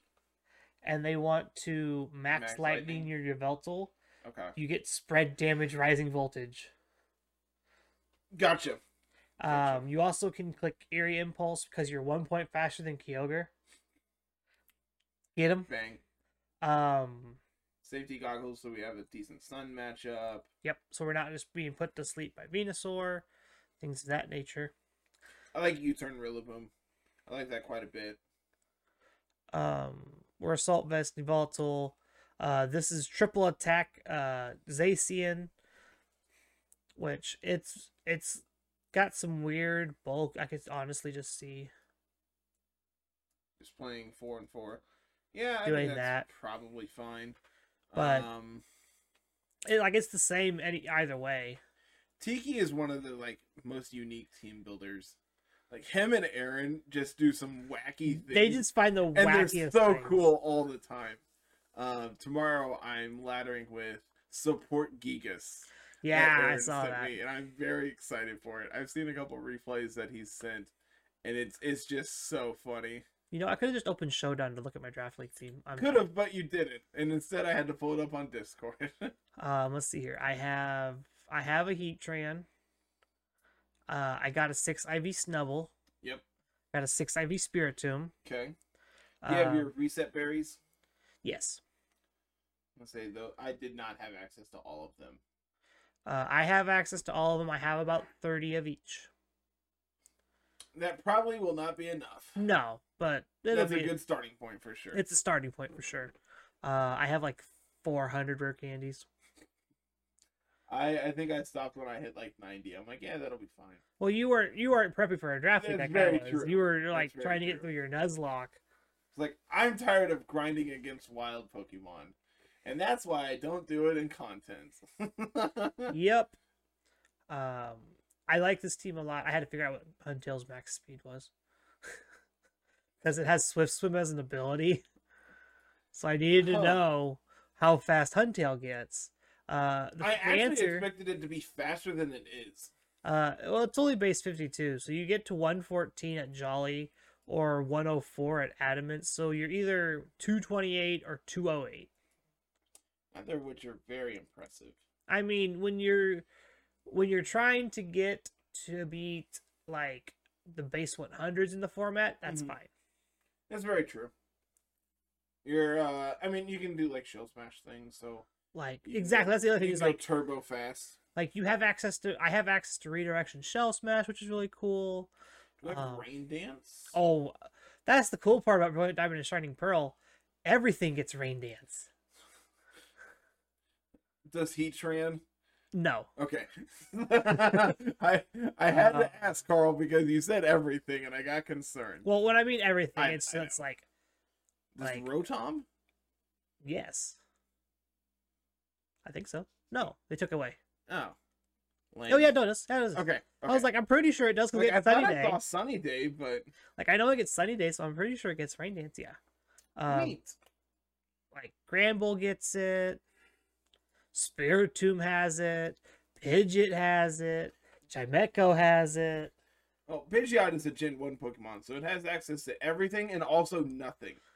and they want to max,
Max
lightning,
Lightning.
your Yveltal,
Okay,
you get spread damage, rising voltage.
gotcha.
Um,
Gotcha.
you also can click Eerie Impulse because you're one point faster than Kyogre. Get him.
Bang.
Um,
Safety goggles, so we have a decent sun matchup.
yep. So we're not just being put to sleep by Venusaur, things of that nature.
I like U-turn Rillaboom. I like that quite a bit.
um or assault vest Yveltal. Uh this is triple attack uh Zacian which it's it's got some weird bulk I could honestly just see
Just playing four and four. Yeah, I
Doing
think that's
that.
probably fine.
But-
um,
it, like it's the same any either way.
Tiki is one of the like most unique team builders. Like him and Aaron just do some wacky things.
They just find the
and they're
wackiest
so
things.
cool all the time. Um, tomorrow I'm laddering with support Gigas. that
Yeah, I
Aaron
saw
sent
that.
me, and I'm very excited for it. I've seen a couple replays that he's sent, and it's it's just so funny.
You know, I could have just opened Showdown to look at my draft league team. I'm
Could have, but you didn't. And instead, I had to pull it up on Discord.
Um, let's see here. I have I have a Heatran. Uh, I got a six IV Snubble.
Yep.
Got a six IV Spiritomb.
okay. You have
Um,
your reset berries.
Yes.
I say though, I did not have access to all of them.
Uh, I have access to all of them. I have about 30 of each.
That probably will not be enough.
No, but it'll
That's
be,
a good starting point for sure.
it's a starting point for sure. Uh, I have like 400 rare candies.
I I think I stopped when I hit like ninety. I'm like, yeah, that'll be fine.
Well, you weren't you weren't prepping for a draft league.
That's
like I
very
was.
true.
You were like
That's very
trying to get
true.
through your Nuzlocke.
It's like I'm tired of grinding against wild Pokemon, and that's why I don't do it in content.
yep. Um, I like this team a lot. I had to figure out what Huntail's max speed was because it has Swift Swim as an ability. So I needed to
Huh.
know how fast Huntail gets. Uh, the,
I
the
actually
answer,
expected it to be faster than it is.
uh, well, it's only base 52, so you get to 114 at Jolly or 104 at Adamant. So you're either 228 or 208.
Neither of which are very impressive.
I mean, when you're when you're trying to get to beat like the base 100s in the format, that's
Mhm.
fine.
That's very true. You're, uh, I mean, you can do like shell smash things, so
Like
You can
exactly,
go-
that's the other
you can
thing is
go
like
turbo fast.
like you have access to I have access to redirection shell smash, which is really cool.
Do I have
um,
rain dance?
Oh, that's the cool part about Brilliant Diamond and Shining Pearl. Everything gets rain dance.
Does Heatran?
No,
Okay. I I had
Uh,
to ask Carl because you said everything, and I got concerned.
well, when I mean everything,
I-
it's
I know.
it's like
Does
like-
Rotom?
yes, I think so. No, they took it away.
Oh.
Oh yeah, no, it does. Yeah, it does.
Okay. okay.
I was like, I'm pretty sure it does because
Like, I
it's
thought
sunny
I
day.
saw Sunny Day, but
Like I know it gets sunny days, so I'm pretty sure it gets rain dance. Yeah. Um,
Neat.
like Gramble gets it, Spiritomb has it, Pidgeot has it, Chimeco has it.
Well, Oh, Pidgeot is a Gen 1 Pokemon, so it has access to everything and also nothing.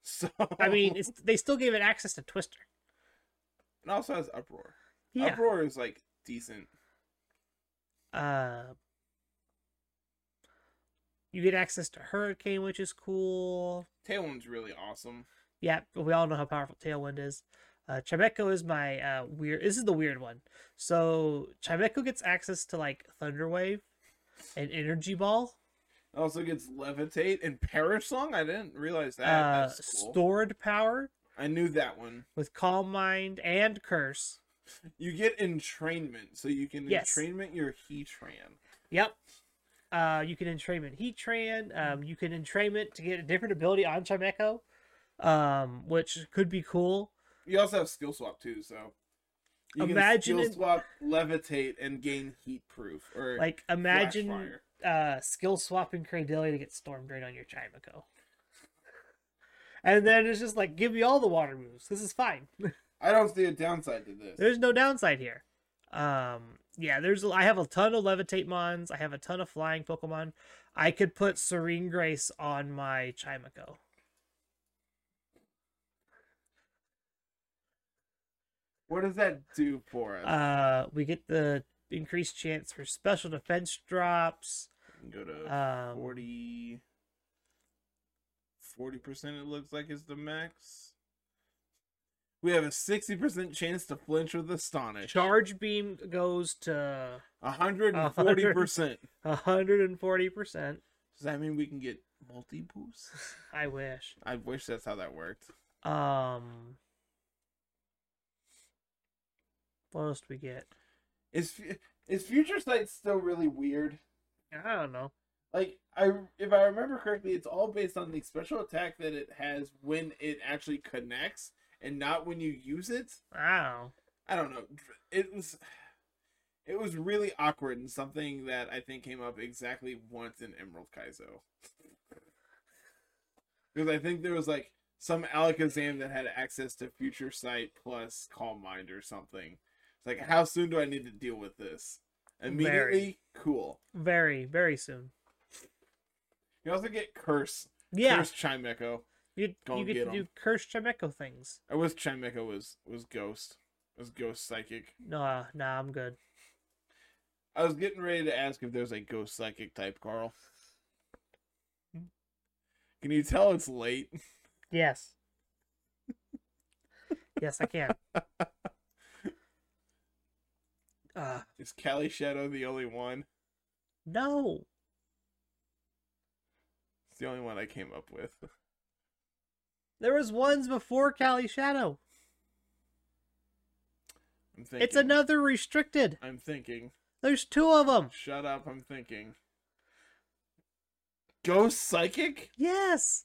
So
I mean, it's, they still gave it access to Twister.
it also has Uproar.
Yeah.
Uproar is like decent.
Uh, you get access to Hurricane, which is cool.
Tailwind's really awesome.
Yeah, but we all know how powerful Tailwind is. Uh, Chimeco is my uh, weird. This is the weird one. So Chimeco gets access to like Thunder Wave and Energy Ball,
It also gets Levitate and Parish Song. I didn't realize that.
uh,
That's cool.
Stored Power
I knew that one.
with Calm Mind and Curse.
You get entrainment, so you can
Yes.
entrainment your Heatran.
Yep. Uh, you can entrainment Heatran. Um, you can entrainment to get a different ability on Chimeco, um, which could be cool.
You also have skill swap too, so you
Imagine
can
it-
skill swap, levitate, and gain heat proof. Or
Like
flash
imagine
fire.
uh, skill swapping Cradelia to get Storm Drain on your Chimeco. And then it's just like, give me all the water moves. This is fine.
I don't see a downside to this.
There's no downside here. Um, yeah, there's. I have a ton of levitate mons. I have a ton of flying Pokemon. I could put Serene Grace on my Chimeco.
What does that do for us?
Uh, we get the increased chance for special defense drops.
We can go to
Um,
40 40 percent. It looks like is the max. We have a sixty percent chance to flinch with astonish.
Charge beam goes to
hundred and forty percent.
140 percent.
Does that mean we can get multi boosts?
I wish.
I wish that's how that worked.
Um, what else do we get?
Is fu- is future sight still really weird?
I don't know.
like I if I remember correctly, it's all based on the special attack that it has when it actually connects and not when you use it.
I don't know.
I don't know. It was it was really awkward and something that I think came up exactly once in Emerald Kaizo. Because I think there was like some Alakazam that had access to Future Sight plus Calm Mind or something. It's like, how soon do I need to deal with this? Immediately, cool.
Very, very soon.
You also get Curse
Yeah,
Curse Chime Echo.
you
go
you
and
get,
get
to
'em.
do cursed Chimeco things.
I wish Chime Echo was was Ghost. Was Ghost Psychic.
Nah, uh, nah, I'm good.
I was getting ready to ask if there's a Ghost Psychic type, Carl. Can you tell it's late?
Yes. yes, I can. Uh,
Is Cali Shadow the only one?
no.
It's the only one I came up with.
There was ones before Cali Shadow.
I'm thinking.
It's another restricted.
I'm thinking.
There's two of them.
Shut up. I'm thinking. Ghost Psychic?
Yes.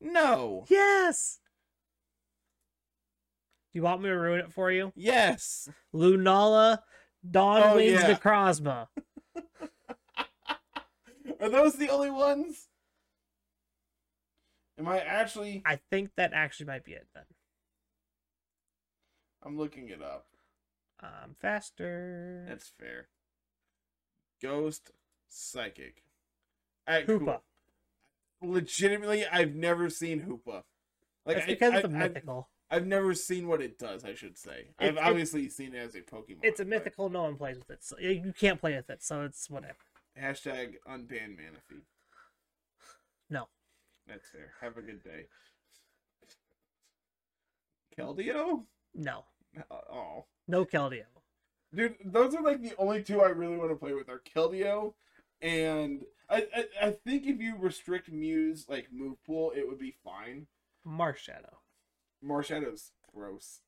No.
Yes. Do you want me to ruin it for you?
Yes.
Lunala, Dawn
Oh,
Wings
yeah.
Necrozma.
Are those the only ones? Am I actually?
I think that actually might be it then.
I'm looking it up.
Um, faster.
That's fair. Ghost Psychic. Alright, cool.
Hoopa.
Legitimately, I've never seen Hoopa. Like I-
That's because
I,
it's a
I've-
mythical.
I've never seen what it does. I should say. I've
it's-
obviously seen it as a Pokemon.
It's a
but-
mythical. No one plays with it. So you can't play with it. So it's whatever.
Hashtag unban Manaphy.
No.
That's fair. Have a good day. Keldeo?
No.
Oh.
No Keldeo.
Dude, those are like the only two I really want to play with are Keldeo and I, I I think if you restrict Mew's like move pool, it would be fine.
Marsh Shadow.
Marshadow's gross.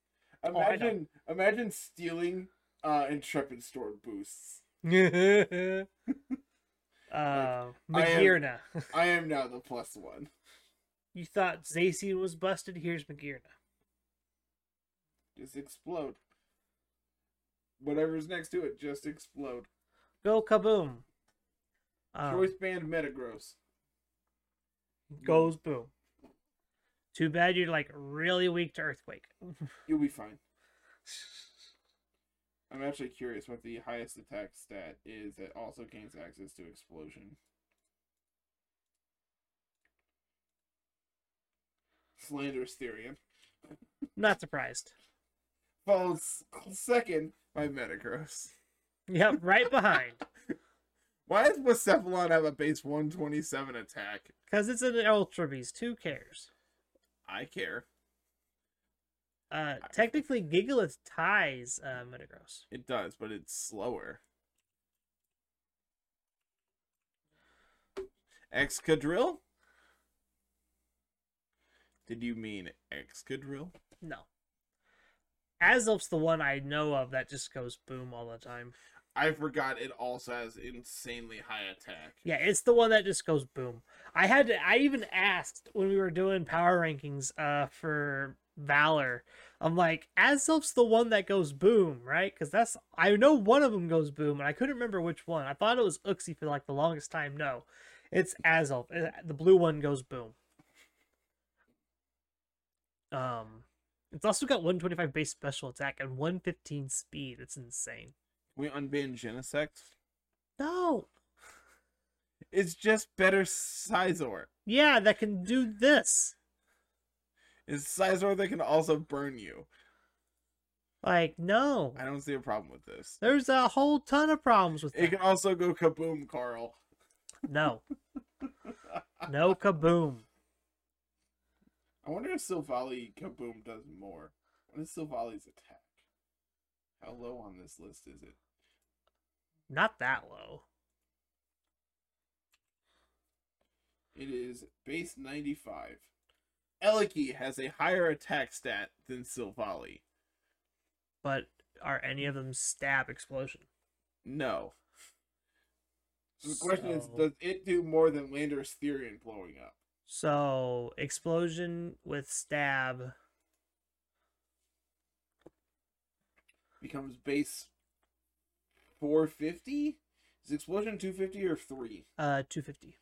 Oh, I know.
Imagine imagine stealing uh Intrepid Storm boosts. I
uh,
am-
Magirna.
I am now the plus one.
You thought Zacian was busted. Here's Magirna.
Just explode. Whatever's next to it, just explode.
Go kaboom. Um,
Choice band Metagross.
goes boom. Too bad you're like really weak to earthquake.
You'll be fine. I'm actually curious what the highest attack stat is that also gains access to explosion. Slanderous Therian.
Not surprised.
Followed s- second by Metagross.
Yep, right behind.
Why does Blacephalon have a base 127 attack?
Because it's an Ultra Beast. Who cares?
I care.
Uh, technically, Gigalith ties uh, Metagross.
It does, but it's slower. Excadrill? Did you mean Excadrill?
No. Azulf's the one I know of that just goes boom all the time.
I forgot it also has insanely high attack.
Yeah, it's the one that just goes boom. I had to, I even asked when we were doing power rankings uh for Valor. I'm like, Azulf's the one that goes boom, right? Because that's I know one of them goes boom, and I couldn't remember which one. I thought it was Uxie for like the longest time. No, it's Azulf. Uh, The blue one goes boom. Um, it's also got 125 base special attack and 115 speed. It's insane.
We unban Genesect.
No,
It's just better Sizor.
yeah, that can do this.
It's Sizor that can also burn you.
Like, no.
I don't see a problem with this.
There's a whole ton of problems with
It can
that.
also go kaboom, Carl.
No. No kaboom.
I wonder if Silvally Kaboom does more. What is Silvali's attack? How low on this list is it?
Not that low.
It is base 95. Eliki has a higher attack stat than Silvally.
But are any of them stab explosion?
No. So the question is,
So-
does it do more than Lander's Therian blowing up?
So explosion with stab.
Becomes base 450? Is explosion 250 or 3?
Uh, two fifty.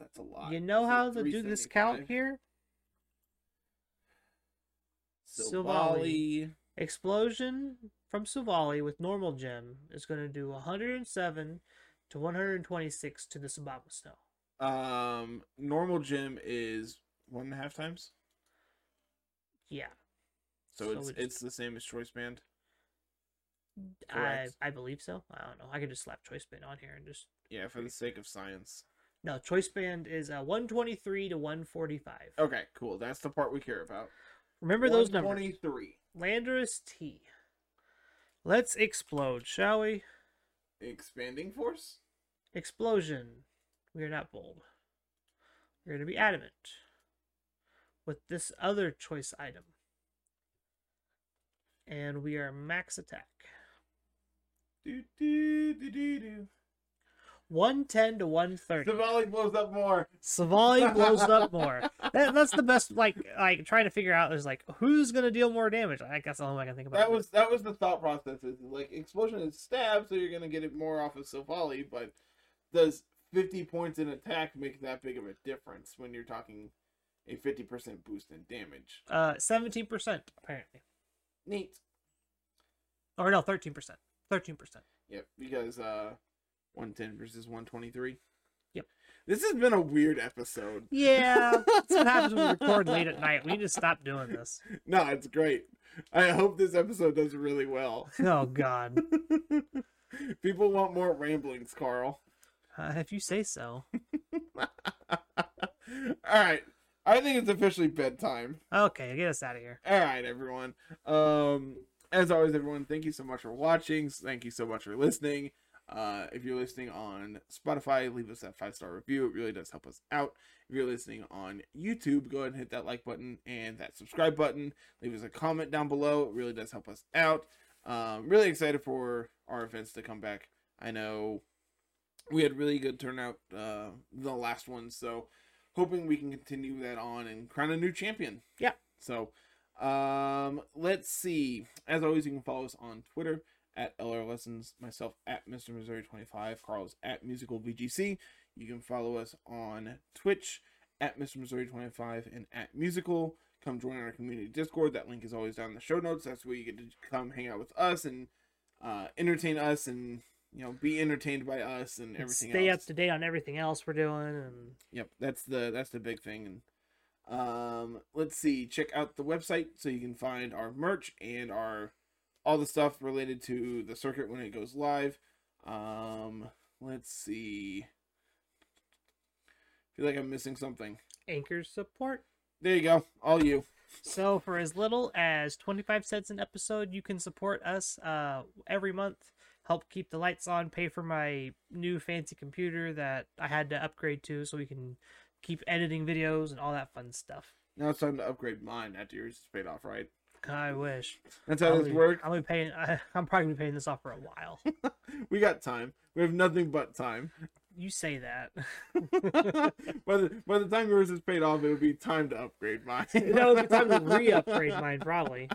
That's a lot.
You know
Is it
how to do this
375?
count here? Silvally.
Silvally.
Explosion from Savali with normal gem is going to do 107 to 126 to the Sababa snow.
Um, normal gem is one and a half times,
Yeah,
so,
So
it's
it's-
it's the same as choice band.
I
Correct.
I believe so. I don't know. I could just slap choice bin on here and just
Yeah, for the sake of science.
No, choice band is uh, 123 to 145.
Okay, cool. That's the part we care about.
Remember those numbers.
Twenty-three.
Landorus T. Let's explode, shall we?
Expanding force.
Explosion. We are not bold. We're going to be adamant with this other choice item. And we are max attack.
Do do do do do.
110 to 130.
The volley blows up more.
Savali blows it up more. That, that's the best. Like, like trying to figure out is like who's gonna deal more damage. I guess that's the only way I can think about.
That
it.
was that was the thought process. Is like explosion is stab, so you're gonna get it more off of Silvally, but does 50 points in attack make that big of a difference when you're talking a 50% boost in damage?
Uh, seventeen percent apparently,
Neat.
or no, thirteen percent, thirteen percent.
Yep, because uh 110 versus 123.
Yep.
This has been a weird episode.
Yeah, that's what happens when we record late at night. We need to stop doing this.
No, it's great. I hope this episode does really well.
Oh God,
People want more ramblings, Carl.
uh, if you say so.
All right. I think it's officially bedtime.
Okay, get us out of here.
All right, everyone. Um, as always, everyone, thank you so much for watching. Thank you so much for listening. Uh, if you're listening on Spotify, leave us that five star review. It really does help us out. If you're listening on YouTube, go ahead and hit that like button and that subscribe button. Leave us a comment down below. It really does help us out. Um, really excited for our events to come back. I know we had really good turnout uh, the last one, so hoping we can continue that on and crown a new champion.
Yeah.
So um, let's see. As always, you can follow us on Twitter at LR Lessons, myself at Mr. Missouri25, Carl's at Musical VGC. You can follow us on Twitch at Mr. Missouri25 and at Musical. Come join our community Discord. That link is always down in the show notes. That's where you get to come hang out with us and uh, entertain us and you know be entertained by us and
And
everything
Stay
else.
up to date on everything else we're doing, and
Yep, that's the that's the big thing. And um, let's see, check out the website so you can find our merch and our all the stuff related to the circuit when it goes live. Um, let's see. feel like I'm missing something.
anchor support.
There you go, all you.
So for as little as 25 cents an episode, you can support us uh, every month, help keep the lights on, pay for my new fancy computer that I had to upgrade to so we can keep editing videos and all that fun stuff.
Now it's time to upgrade mine after yours is paid off, right?
I wish.
That's how
I'll
this
be-
works.
I'll be paying. I, I'm probably gonna be paying this off for a while.
We got time. We have nothing but time.
you say that.
by the by the time yours is paid off, it'll be time to upgrade mine.
that would be time to re-upgrade mine probably.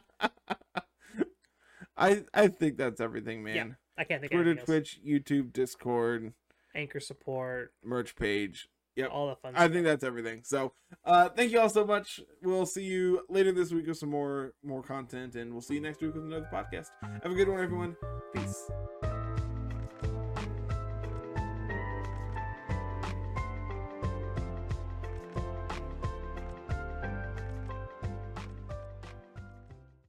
I I think that's everything, man.
Yeah, I can't think
Twitter,
of anything else.
Twitch, YouTube, Discord,
anchor support,
merch page. Yep.
all the fun.
I
stuff.
think that's everything. So, uh, thank you all so much. We'll see you later this week with some more more content, and we'll see you next week with another podcast. Have a good one, everyone. Peace.